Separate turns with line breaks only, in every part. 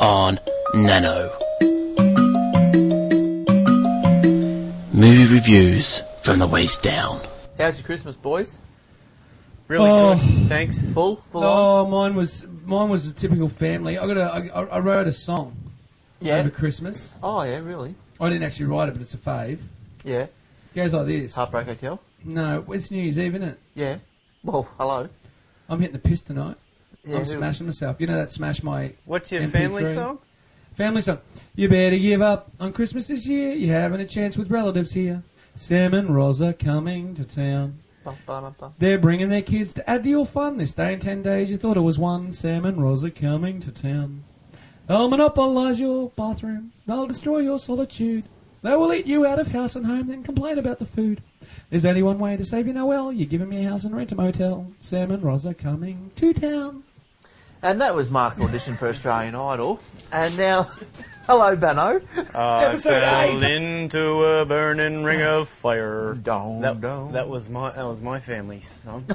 on Nano. Movie reviews from the waist down.
How's your Christmas, boys? Really
Oh.
good. Thanks. Full. Full. on?
Oh, mine was mine was a typical family. I got a I, I wrote a song
Yeah.
over Christmas.
Oh yeah, really.
I didn't actually write it, but it's a fave.
Yeah.
It goes like this.
Heartbreak Hotel.
No, it's New Year's Eve, isn't it?
Yeah. Well, hello.
I'm hitting the piss tonight.
Yeah,
I'm
who-
smashing myself. You know that smash my
What's your
MP3.
family song?
family song. You better give up on Christmas this year. You're having a chance with relatives here. Sam and Roz are coming to town.
Bum, bum, bum, bum.
They're bringing their kids to add to your fun this day in 10 days. You thought it was one. Sam and Roz are coming to town. They'll monopolise your bathroom. They'll destroy your solitude. They will eat you out of house and home, then complain about the food. There's only one way to save your Noel. You give 'em your house and rent a motel. Sam and Roz are coming to town.
And that was Mark's audition for Australian Idol. And now, hello, Bano.
I
Episode
fell
eight.
into a burning ring of fire.
Dong,
That,
dong.
that was my that was my family song.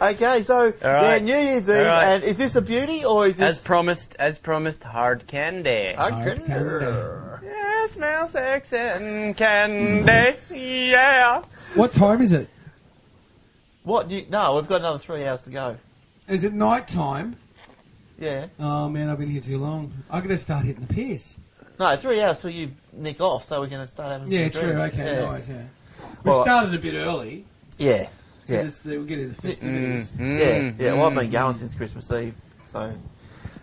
Okay, so yeah,
right.
New Year's Eve,
All right.
and is this a beauty or is this?
as promised, as promised, hard candy.
I
Hard
can-
candy.
Yeah, smell sex and candy. Yeah.
What time is it?
What? You, no, we've got another three hours to go.
Is it night time?
Yeah.
Oh man, I've been here too long. I'm gonna start hitting the piss.
No, three hours till you nick off, so we can start having.
Yeah,
some
true.
drinks.
Okay,
yeah.
nice. Yeah, we
Well,
started a bit early
Yeah. Yeah.
because it's the, we're getting the festivities.
Mm-hmm. Yeah, yeah.
Mm,
Well, I've been going since Christmas Eve, so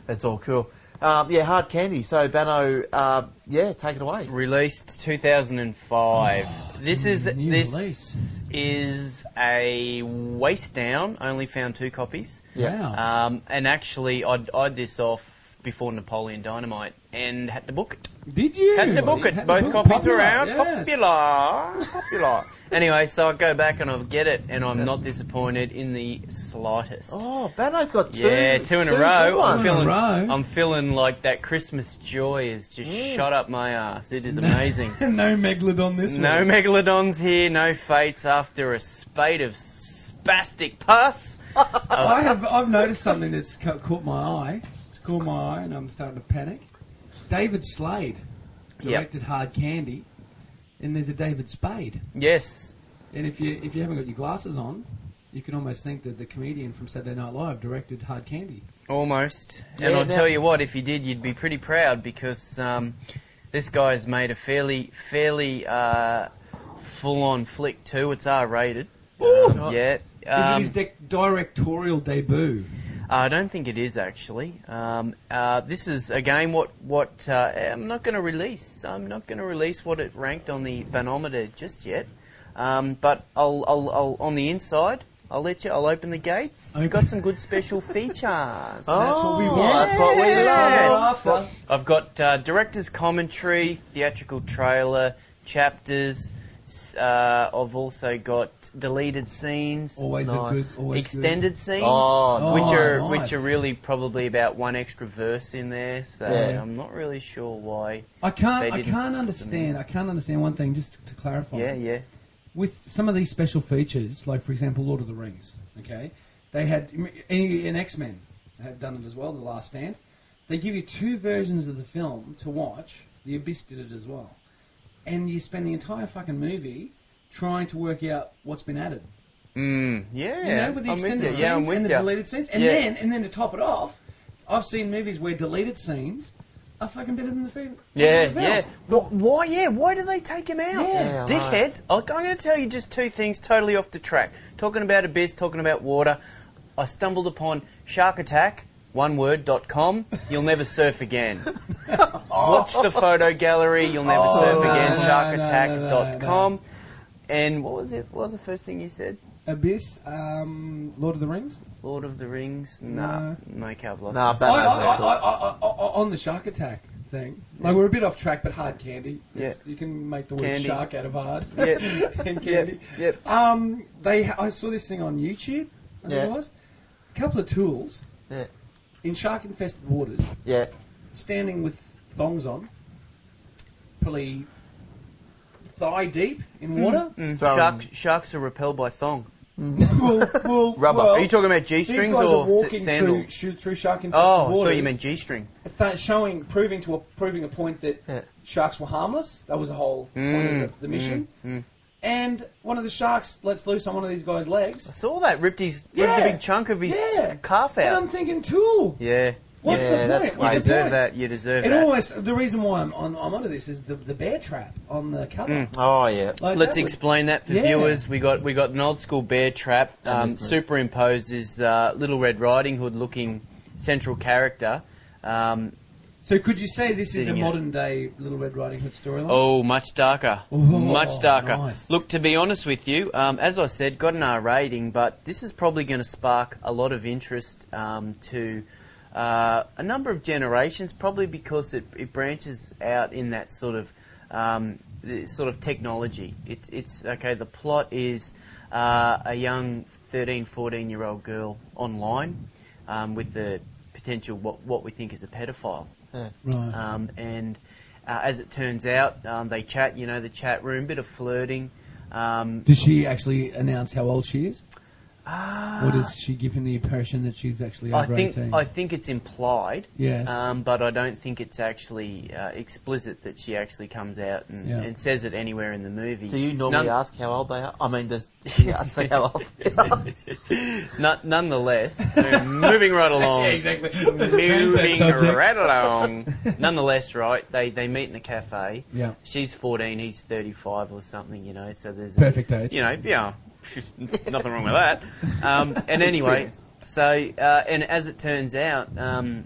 that's all cool. Um, yeah, hard candy. So Bano, uh, yeah, take it away.
Mm-hmm. Released 2005. this is
new
this
release.
is a waste down. I Only found two copies.
Yeah.
Wow.
Um, and actually, I'd I'd this off before Napoleon Dynamite and had to book it.
Did you?
Had to book
Had
it.
to
Both
book it.
copies
Popular,
were out.
yes.
Popular. Popular. anyway, so I go back and I get it, and I'm not disappointed in the slightest.
Oh, Bano's got two.
yeah, two in a
good
row. I'm
ones.
Two in a
feeling,
row. Mm.
I'm feeling like that Christmas joy is just shot up my ass. It is amazing.
no megalodon this
no
one.
megalodons here, no fates after a spate of spastic pus.
Oh. I have. I've noticed something that's ca- caught my eye. It's caught my eye, and I'm starting to panic. David Slade directed Hard Candy, and there's a David Spade.
Yes.
And if you if you haven't got your glasses on, you can almost think that the comedian from Saturday Night Live directed Hard Candy.
Almost. and
Yeah,
I'll
now-
tell you what, if you did, you'd be pretty proud because um, this guy's made a fairly, fairly uh, full-on flick too. It's R-rated. Um, yeah. Um,
is it his dec- directorial debut?
Uh, I don't think it is actually. Um, uh, this is again what what uh, I'm not going to release. I'm not going to release what it ranked on the Banometer just yet. Um, but I'll, I'll, I'll on the inside. I'll let you. I'll open the gates.
Open-
I've got some good special features.
That's what we
Oh,
want.
That's what we
Yes.
love. That's what-
I've got uh, director's commentary, theatrical trailer, chapters. s- Uh, I've also got deleted scenes,
Always
Nice.
a good. Always good-
extended scenes,
Oh,
which are
nice.
which are really probably about one extra verse in there. So
Yeah.
I'm not really sure why.
I
They
can't. I
didn't put them
can't
in.
understand. I can't understand one thing. Just to, to clarify.
Yeah, yeah.
With some of these special features, like for example, Lord of the Rings. Okay, they had in X Men have done it as well. The Last Stand. They give you two versions of the film to watch. The Abyss did it as well, and you spend the entire fucking movie trying to work out what's been added.
Mm, yeah.
You know, with the
I'm with
extended
you.
scenes
Yeah, I'm with
and the
you.
deleted scenes, and
Yeah.
then and then to top it off, I've seen movies where deleted scenes are fucking better than the film.
Yeah,
the
yeah.
film.
Wh- Why? Yeah. Why do they take him out?
Yeah,
Yeah.
Dickheads. I- I'm going to tell you just two things, totally off the track. Talking about abyss, talking about water. I stumbled upon Shark Attack. One word, dot com. You'll never surf again. Watch the photo gallery. You'll never surf
Oh, no,
again.
no, no, no, no,
sharkattack.com.
no.
com. And what was it? What was the first thing you said?
Abyss, um, Lord of the Rings.
Lord of the Rings? Nah. No, okay, I've lost
Nah,
myself.
I,
Bano's
I, I,
got
I, I, I, on the Shark Attack thing. Like we're a bit off track, but hard candy. It's-
Yeah.
you can make the word
Candy.
shark out of hard.
Yeah.
and candy.
yep.
Um, they. I saw this thing on YouTube. I think
Yeah.
it was. A couple of tools
Yeah,
in shark-infested waters,
yeah.
standing with thongs on, probably thigh deep in water.
Mm,
Throwing-
Hmm. shark, sharks are repelled by thong.
well, well,
Rubber.
well,
Are you talking about G
these
strings
guys are
or
walking
s- sandal?
through, shoot through shark infested
Oh, I
waters?
thought you meant G string.
that showing, proving to a, proving a point that
Yeah.
sharks were harmless. That was the whole point
Mm,
of the, the mission. And one of the sharks lets loose on one of these guys' legs.
Saw that ripped his ripped
Yeah.
a big chunk of his
Yeah.
calf
And
out.
I'm thinking, tool.
yeah,
What's
yeah.
Yeah,
the
that's
point?
You
What's the
deserve
point?
that. You deserve
It
that.
almost the reason why I'm on, I'm onto this is the the bear trap on the cover.
Oh, yeah.
Like,
Mm. Let's
that was-
explain that for
Yeah.
viewers. We got we got an old school bear trap. Um,
listeners.
superimposed is the Little Red Riding Hood looking central character. Um,
So could you say this is a
Seeing it.
modern day Little Red Riding Hood storyline?
Oh, much darker. much darker.
nice.
Look, to be honest with you, um, as I said, got an R rating, but this is probably going to spark a lot of interest um, to uh, a number of generations, probably because it, it branches out in that sort of um, the sort of technology. It's it's okay. The plot is uh, a young 13, 14 year old girl online um, with the potential what what we think is a pedophile.
Right.
Um, and uh, as it turns out, um, they chat, you know, the chat room, bit of flirting. Um,
Does she actually announce how old she is?
ah,
Or does she give him the impression that she's actually
I
over
think
18?
I think it's implied,
Yes.
um, but I don't think it's actually uh, explicit that she actually comes out and,
Yeah.
and says it anywhere in the movie.
Do you normally
None-
ask how old they are? I mean, does she ask how old they are?
None- nonetheless, we're moving right along.
exactly.
Moving right along. nonetheless, right? They they meet in the cafe.
Yeah.
She's fourteen. He's thirty-five or something. You know, so there's a-
Perfect age.
You know, yeah, nothing wrong with that. Um, and anyway, so uh, and as it turns out, um,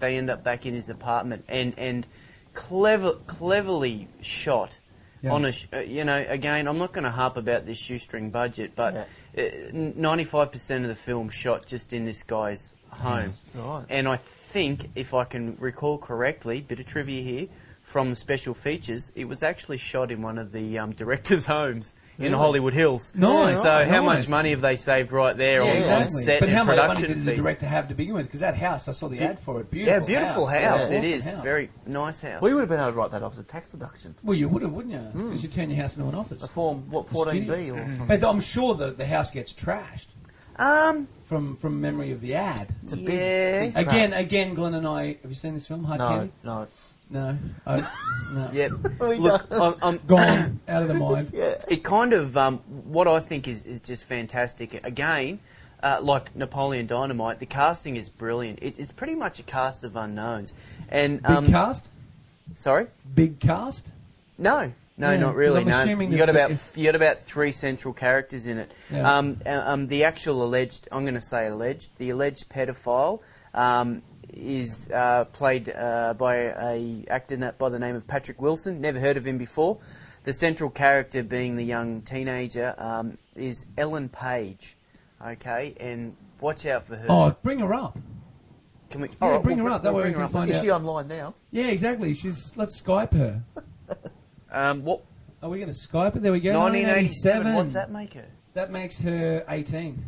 they end up back in his apartment, and and clever cleverly shot.
Yeah.
On a, sh- uh, you know, again, I'm not going to harp about this shoestring budget, but
Yeah.
uh, n- 95% of the film shot just in this guy's home.
Right.
And I think, if I can recall correctly, bit of trivia here from the special features, it was actually shot in one of the um, directors' homes in
Really?
Hollywood Hills.
Nice,
So how
nice.
much money have they saved right there
Yeah,
on,
exactly.
on set
But
and
how much money
production
did the
fees?
director have to begin with? Because that house, I saw the ad for it. Beautiful.
yeah, beautiful house.
Yeah,
It
awesome
is
house.
very nice house.
We would have been able to write that off as a tax deduction.
Well, you would have, wouldn't you?
Hmm.
Because you turn your house into an office.
A form, what, 14B or something?
But I'm sure that the house gets trashed
um,
from from memory of the ad.
It's a big,
Yeah.
big trap.
Again, again, Glenn and I. Have you seen this film, Hard
No,
Candy?
no.
No. Oh, no.
yep.
We
Look, I'm, I'm,
Gone out of the mind.
Yeah.
it kind of um, what I think is, is just fantastic. Again, uh, like Napoleon Dynamite, the casting is brilliant. It, it's pretty much a cast of unknowns. And
Big
um,
cast?
sorry,
Big cast?
no, no,
Yeah,
not really.
because I'm
No,
assuming
you
that
got about
if-
you got about three central characters in it.
Yeah.
Um, uh, um, the actual alleged, I'm going to say alleged, the alleged pedophile. Um, is uh, played uh, by a actor na- by the name of Patrick Wilson. Never heard of him before. The central character being the young teenager um, is Ellen Page. Okay, and watch out for her.
Oh, bring her up.
can we?
Yeah,
alright,
bring
we'll
her up. That
we'll
way we
bring
can
her up.
find
Is
out.
she online now?
Yeah, exactly. She's Let's Skype her.
Um, what?
Are we going to Skype it? There we go.
1987. What's that make her?
That makes her 18.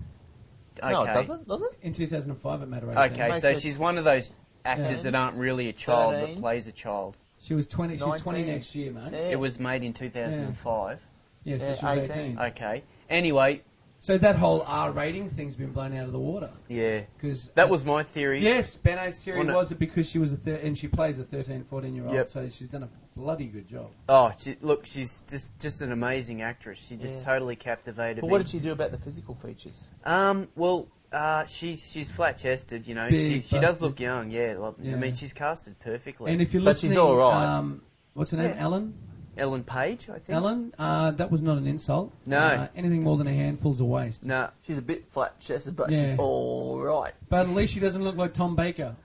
Okay.
No, it doesn't, does it?
In 2005, it made her 18.
Okay,
Makes
so
it-
she's one of those actors
Yeah.
that aren't really a child but
13.
plays a child.
She was 20. She's 20
19.
next year, mate.
Yeah.
It was made in 2005.
Yeah, so
Yeah,
she was 18.
18.
Okay. Anyway,
So that whole R rating thing's been blown out of the water.
yeah.
Because
That was my theory.
Yes, Ben A's theory
Well, no-
was it because she was a thir- and she plays a 13, 14 year old,
Yep.
so she's done a bloody good job.
Oh, she, look, she's just just an amazing actress. She just
Yeah.
totally captivated
But
me.
what did she do about the physical features?
Um, well, uh, she's she's flat chested, you know.
Big
she she does
busted.
look young, yeah. Like,
Yeah.
I mean, she's casted perfectly.
And if you're
But she's
listening,
all right.
um, what's her name?
Yeah.
Ellen.
Ellen Page, I think.
Ellen. Uh, that was not an insult.
No.
Uh, anything more than a handful's a waste.
No,
She's a bit flat chested, but
Yeah.
she's all right.
But at least she doesn't look like Tom Baker.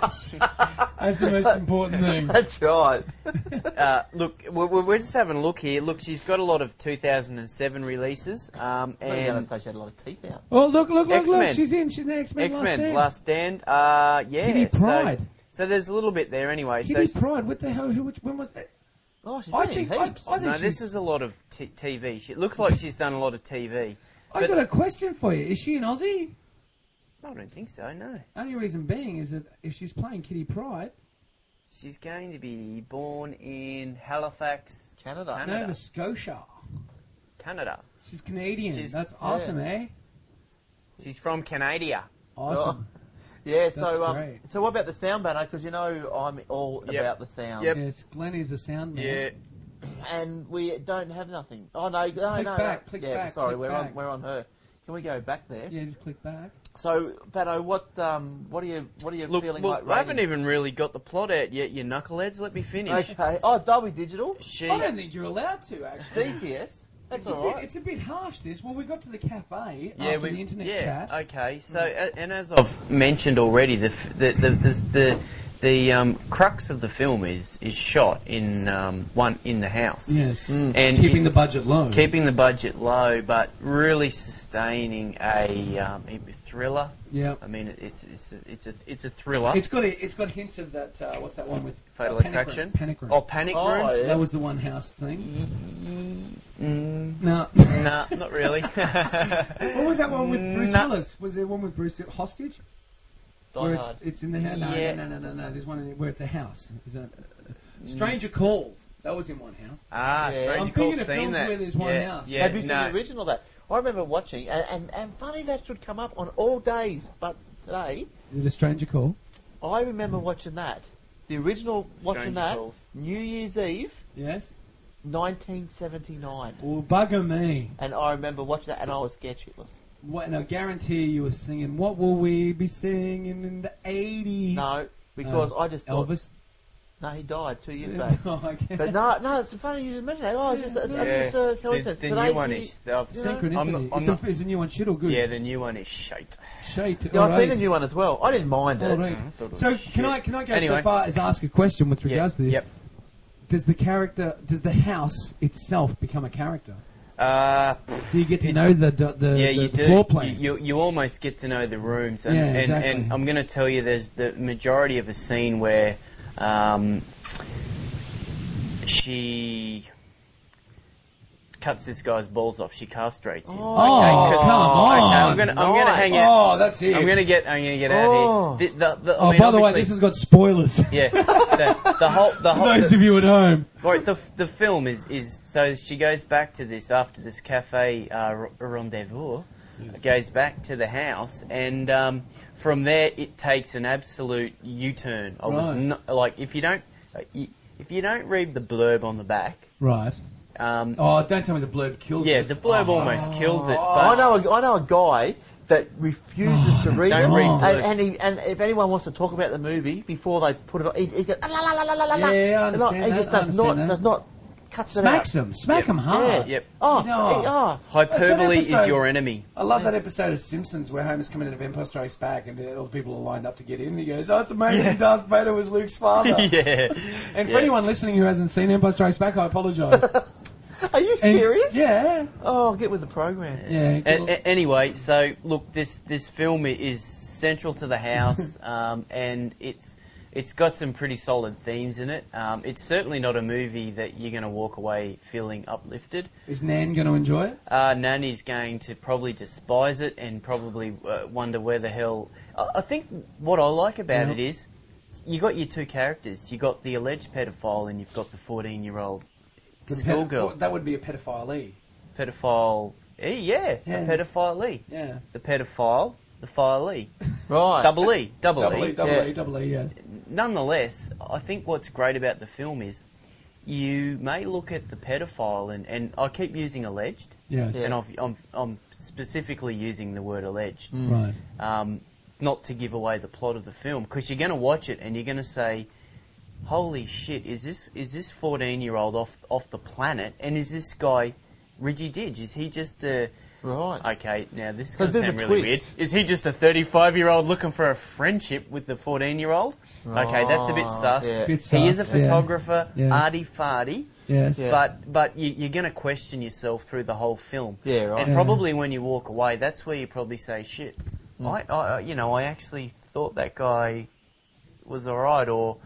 That's the most important thing.
That's right.
uh, look, we're, we're we're just having a look here. Look, she's got a lot of 2007 releases. Um,
I was going to
and
say she had a lot of teeth out.
Oh, look, look, look, look.
X-Men.
She's in. She's in the X-Men.
X Men
Stand.
Last Stand. Uh, yeah.
Kitty
so-
Pryde.
So, there's a little bit there anyway.
Kitty
so
Pride. What the hell? Who? Which, when was? That?
Oh, she's
I
been
think.
in
I, I
heaps.
think.
no,
she's,
this is a lot of t- TV. She, it looks like she's done a lot of TV.
I
but-
got a question for you. Is she an Aussie?
I don't think so. No,
Only reason being is that if she's playing Kitty Pride,
she's going to be born in Halifax,
Canada.
Canada.
Nova Scotia.
Canada.
She's Canadian.
She's-
That's awesome,
yeah.
eh?
She's from Canada.
Awesome.
Yeah, so um,
great.
so what about the sound banner? Because you know I'm all
Yep.
about the sound.
Yep.
Yes, Glenn is a sound man.
And we don't have nothing. Oh no, no,
Click
no.
back,
no.
click
yeah,
back,
sorry,
click
we're on
back.
we're on her. Can we go back there?
Yeah, just click back.
So, Pato, what um, what are you what are you
Look,
feeling
well,
like?
I haven't
rating?
even really got the plot out yet, you knuckleheads. Let me finish.
Okay. Oh, Dolby Digital,
She,
I don't think you're allowed to, actually.
DTS. That's
It's a,
all
bit,
right.
it's a bit harsh, this. Well, we got to the cafe
yeah,
after
we,
the internet
yeah,
chat. Mm.
okay. So, a- and as I've mentioned already, the f- the the the, the, the um, crux of the film is is shot in um, one in the house.
Yes.
and
Keeping
it-
the budget low.
keeping the budget low, but really sustaining a, um, a thriller.
Yeah.
I mean, it's it's a, it's a it's a thriller.
It's got a, it's got hints of that. Uh, what's that one with
Fatal
uh, Panic
Attraction.
Room, Panic Room.
Oh, Panic
Oh,
Room.
yeah.
That was the one house thing.
Mm,
No.
nah, not really.
what was that one with Bruce
No.
Willis? Was there one with Bruce Hostage?
Die
where it's,
Hard.
it's in the house? No,
Yeah.
no, no, no, no, no. There's one in, where it's a house. Is that, uh, Stranger Calls. That was in one house.
ah,
Yeah.
strange.
I'm
you
thinking
call
of
seen
films
that.
where there's one
yeah,
house.
Yeah,
Have you seen
no.
the original of that? I remember watching, and, and and funny that should come up on all days, but today
Is it a Stranger Call?
I remember watching that. The original watching
Stranger
that
Calls.
New Year's Eve,
Yes.
1979,
Well, bugger me.
and I remember watching that, and I was scared shitless.
What, and I guarantee you were singing, What Will We Be Singing in the 80s?
No, because
Uh,
I just thought,
Elvis.
no, he died two years back.
Oh, okay.
But no, no, it's funny you just mentioned that. Oh, it's just, it's,
Yeah.
it's just a
the,
coincidence.
the
Today's
new one
new-
is. I've
Yeah.
Synchronicity.
I'm not- I'm
is,
not-
the, is the new one shit or good?
yeah, the new one is shite.
Shit.
Yeah, I've
alright.
seen the new one as well. I didn't mind it.
Alright.
Mhm. Thought it
So
was
can
shit.
I can I go
Anyway.
so far as ask a question with
Yeah,
regards to this?
Yep.
Does the character does the house itself become a character?
Uh,
Do you get to
It's-
know the the, the,
yeah,
the-
you
the
do.
floor plan?
You, you you almost get to know the rooms, and
Yeah,
and,
exactly.
and I'm going to tell you, there's the majority of a scene where um, she cuts this guy's balls off. She castrates him.
oh,
Okay, 'cause-
come on!
okay, I'm gonna I'm gonna
nice.
hang out.
oh, that's it.
I'm gonna get I'm gonna get
Oh.
out of here. The, the, the, I
oh,
mean,
by the way,
obviously-
this has got spoilers.
yeah. The, the whole the whole
Those of you at home.
Right, the, the film is, is so she goes back to this after this cafe uh, r- rendezvous, goes back to the house, and um, from there it takes an absolute U turn. I was
Right.
not, like, if you don't uh, y- if you don't read the blurb on the back,
Right.
um,
Oh, don't tell me the blurb kills.
yeah,
us.
the blurb
Oh,
almost kills it.
Oh, I
But
know, a, I know a guy that refuses
Oh,
to read
Don't
them.
read
and,
books.
and, he, and if anyone wants to talk about the movie before they put it on, he, he goes, "Ah, la, la, la, la, la, la."
Yeah, yeah, I
And not-
understand
He
that,
just
I
does not,
understand that.
does not, cuts them
Smacks
out.
him. Ah. Smack
Yep.
him hard.
yep,
Oh,
No.
he- oh.
hyperbole
That's an
is
episode.
your enemy.
I love that episode of Simpsons where Homer's coming out of Empire Strikes Back and uh, all the people are lined up to get in. And he goes, "Oh, it's amazing! Darth Vader was Luke's father."
yeah,
And for
Yeah.
anyone listening who hasn't seen Empire Strikes Back, I apologise.
Are you
And-
serious?
Yeah.
Oh, get with the program.
Yeah.
A- a- anyway, so look, this this film i- is central to the house, um, and it's it's got some pretty solid themes in it. Um, it's certainly not a movie that you're going to walk away feeling uplifted.
Is Nan going to enjoy it?
Uh, Nanny's going to probably despise it and probably uh, wonder where the hell. I, I think what I like about
Yeah.
it is you got your two characters. You got the alleged pedophile, and you've got the 14 year old
The
schoolgirl
pedo- that would be a pedophile E.
pedophile. Eh, yeah,
Yeah.
a pedophile. eh?
Yeah.
the pedophile, the filee.
Right.
Double E, double,
Double E,
E.
double
Yeah.
E, double E, yes.
Nonetheless, I think what's great about the film is you may look at the pedophile, and, and I keep using alleged,
Yes.
and I've, I'm, I'm specifically using the word alleged,
Right.
um, not to give away the plot of the film, because you're going to watch it and you're going to say, "Holy shit! Is this is this 14 year old off off the planet? And is this guy Reggie Didge? Is he just a
Right.
Okay, now this is
So
going
a
to
bit of
sound
a
really weird.
twist.
Is he just a 35 year old looking for a friendship with the 14 year old? Okay, that's a bit
Right,
sus.
Oh, yeah.
Bit
he is a
sus, yeah.
photographer,
Yes.
arty farty,
Yes.
Yeah.
but, but you, you're going to question yourself through the whole film.
Yeah, right.
And
Yeah.
probably when you walk away, that's where you probably say, shit,
Mm.
I, I, you know, I actually thought that guy was alright, or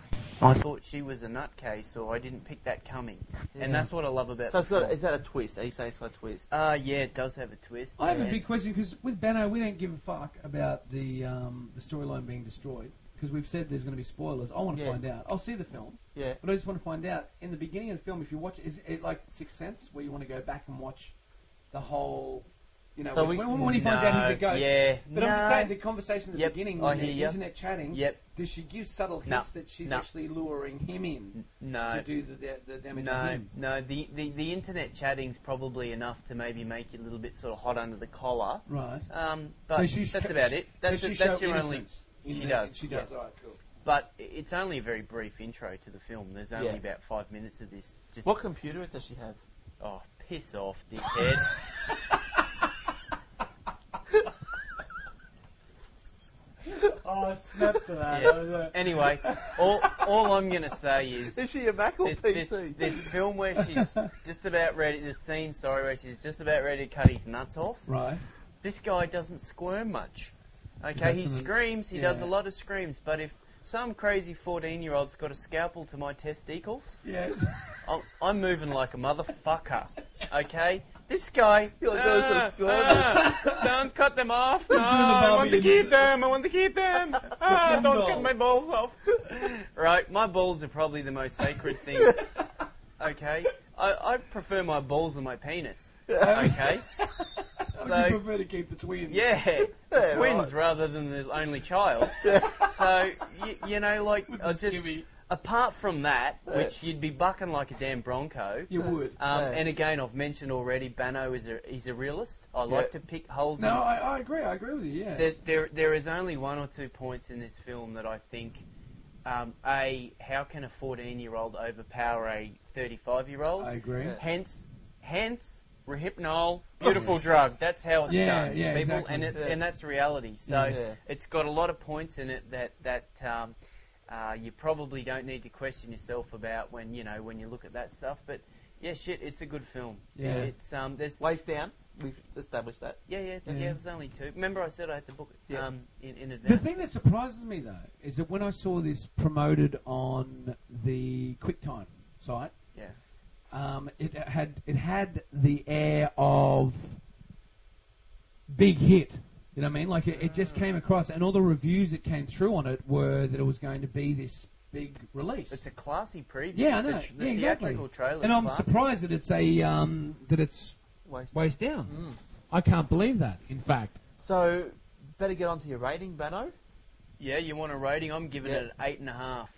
I thought she was a nutcase, or I didn't pick that coming. And that's what I love about
So it's
the
got,
film.
is that a twist? Are you saying it's got a twist?
Uh, yeah, it does have a twist.
I have a
yeah.
big question because with Bano, we don't give a fuck about the um, the storyline being destroyed because we've said there's going to be spoilers. I want to
Yeah.
find out. I'll see the film,
Yeah.
but I just want to find out in the beginning of the film if you watch. Is it like Sixth Sense where you want to go back and watch the whole. You know,
So
when,
we-
when, when he finds out he's a
No,
ghost.
yeah.
But I'm just
No.
saying the conversation at the
Yep,
beginning,
I
when
hear
they're
ya.
internet chatting,
Yep.
does she give subtle
No,
hints that she's
no.
actually luring him in
No.
to do the, da- the damage to
Uh, No,
him?
no. The, the the internet chatting's probably enough to maybe make you a little bit sort of hot under the collar.
Right.
Um, but
so she's
that's about it. That's
does she
it, that's
show
your
innocence
only.
in
She
the-
does.
She does.
yeah.
All right, cool.
But i- it's only a very brief intro to the film. There's only
Yeah.
about five minutes of this. Just
What computer does she have?
oh, piss off, dickhead.
Oh, snaps to that. Oh,
Yeah. anyway, all all I'm gonna say is
Is she a Mac or
There's,
PC?
there's, there's film where she's just about ready. This scene, sorry, where she's just about ready to cut his nuts off.
Right.
This guy doesn't squirm much. Okay,
does
he
some-
screams. He does a
yeah.
lot of screams. But if some crazy fourteen-year-old's got a scalpel to my testicles,
Yes.
I'm, I'm moving like a motherfucker. Okay, this guy.
You're like those little
"Ah,
squirrels."
ah, don't cut them off. No,
the
I want
Barbie
to
in-
keep them. I want to keep them. Ah,
Ken
don't
doll.
cut my balls off. Right, my balls are probably the most sacred thing. Okay, I, I prefer my balls and my penis. Okay,
I
so
Oh, prefer to keep the twins.
yeah,
Yeah, right.
twins rather than the only child. So you, you know, like I just uh,
Skivvy.
apart from that, which you'd be bucking like a damn bronco.
You would.
Um,
Yeah.
And again, I've mentioned already, Bano is a he's a realist. I like to pick holes.
No,
in-
I, I agree. I agree with you. Yeah.
there, there, there is only one or two points in this film that I think, um, a how can a fourteen year old overpower a thirty five year old?
I agree.
Hence, hence rehypnol, beautiful drug. That's how it's
Yeah,
done,
yeah,
people,
exactly.
and it,
Yeah.
and that's reality. So
Yeah.
it's got a lot of points in it that that. Um, uh, you probably don't need to question yourself about when you know when you look at that stuff, but yeah, shit, it's a good film.
Yeah.
it's um, there's
Waist down. We've established that.
yeah, yeah, it's, yeah.
Yeah.
It was only two. Remember, I said I had to book it
Yeah.
um, in, in
The
advance.
thing that surprises me though is that when I saw this promoted on the QuickTime site,
yeah,
um, it had it had the air of big hit. You know what I mean? Like it, it just came across, and all the reviews that came through on it were that it was going to be this big release.
it's a classy preview.
yeah, I know.
The, tr- the
yeah, exactly.
theatrical trailer.
And I'm surprised that it's a um, that it's
Waist.
waist down.
Mm.
I can't believe that. In fact,
So better get onto your rating, Bano.
Yeah, you want a rating? I'm giving
Yeah.
it an eight and a half.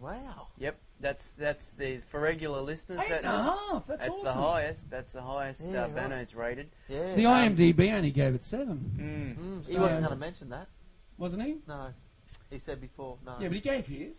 Wow.
Yep, that's that's the for regular listeners.
eight
that's
and a half. That's,
that's
awesome.
the highest. That's the highest
Yeah,
uh,
right.
Bano's rated.
Yeah.
The
um,
IMDb only gave it seven,
Mm.
mm, he
So-
wasn't going to mention that.
wasn't he?
No. He said before. No.
Yeah, but he gave his.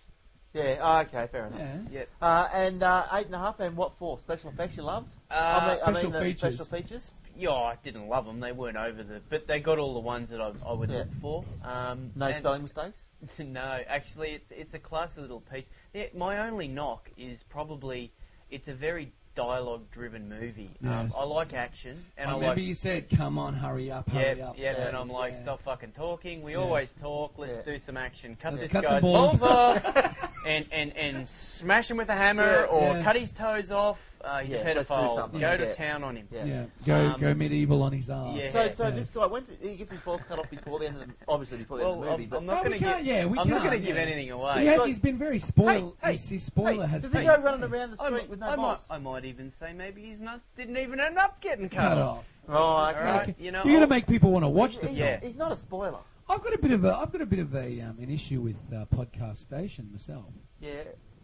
Yeah, oh, okay, fair enough.
Yeah.
Yep.
Uh, and uh, eight and a half, and what for? Special effects you loved?
Uh,
I mean, I mean
special
the
features.
special features.
Yeah, I didn't love them. They weren't over the, but they got all the ones that I, I would
Yeah.
look for. Um,
No
and-
spelling mistakes.
no, actually, it's it's a classy little piece. The, my only knock is probably it's a very dialogue-driven movie. Um,
Yes.
I like action, and
I
I,
remember
like
you said, "Come on, hurry up,
yeah,
hurry up."
yeah,
yeah,
and I'm like,
yeah.
stop fucking talking. We
Yeah.
always talk. Let's
Yeah.
do some action. Cut
Let's
this
cut some
guy's
balls."
balls off, and, and and smash him with a hammer,
Yeah,
or
yeah.
cut his toes off. Uh, he's
Yeah,
a
let's do
pedophile. Go
something.
to
Yeah.
town on him.
Yeah.
Yeah, go
Um,
go medieval on his ass.
yeah.
So, so
Yeah.
this guy, when did, he gets his balls cut off before the end of the, obviously before the
Well,
end of the movie.
I'm,
but
I'm not
No, we
going to
can't,
give.
yeah, we
I'm not
can't,
going to give
yeah.
anything away.
He has, he's been very spoiled.
Hey, hey,
his, his spoiler
Hey,
has
does
been
he go running around the street
I,
with no
I might,
balls?
I might even say maybe his nuts didn't even end up getting cut,
cut
off.
off.
Oh, okay.
All right,
Okay.
you know,
You're
I'll-
gonna make people want to watch the
He's,
film.
Yeah.
he's not a spoiler.
I've got a bit of a I've got a bit of a um, an issue with uh, podcast station myself.
Yeah.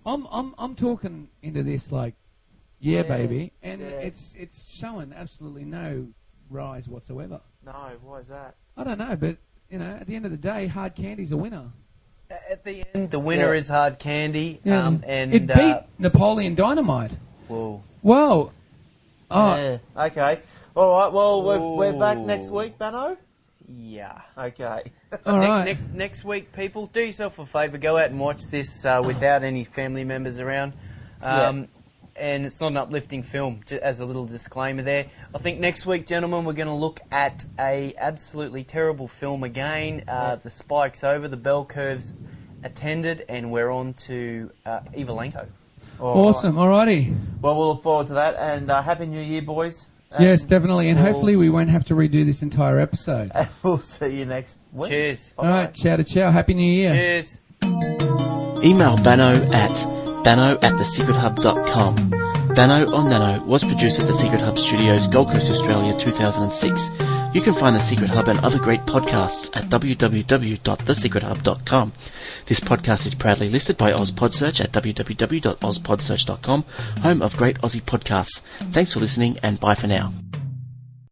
I'm I'm I'm talking into this like, yeah,
Yeah,
baby, and
yeah.
it's it's showing absolutely no rise whatsoever.
No, why is that?
I don't know, but you know, at the end of the day, hard candy's a winner.
at the end, the winner
Yeah.
is hard candy, um, and
it beat
uh,
Napoleon Dynamite.
whoa.
Well, oh,
Yeah. Okay. All right. Well, we're, we're back
Ooh.
next week, Bano.
Yeah.
Okay.
all
Ne-
right.
ne- next week, people, do yourself a favour. Go out and watch this uh, without any family members around. Um, And it's not an uplifting film, ju- as a little disclaimer there. I think next week, gentlemen, we're going to look at a absolutely terrible film again. Uh, The spike's over, the bell curve's attended, and we're on to uh, Evilenko.
All right.
awesome. Alrighty.
Well, we'll look forward to that, and uh, happy New Year, boys. And
yes, definitely. And
we'll-
hopefully, we won't have to redo this entire episode.
And we'll see you next week.
Cheers.
All right. Ciao to ciao. Happy New Year.
Cheers.
Email Bano at bano at thesecrethub.com. Bano on Nano was produced at the Secret Hub Studios, Gold Coast, Australia, 2006. You can find The Secret Hub and other great podcasts at www.thesecrethub.com. This podcast is proudly listed by OzPodSearch at www.ozpodsearch.com, home of great Aussie podcasts. Thanks for listening and bye for now.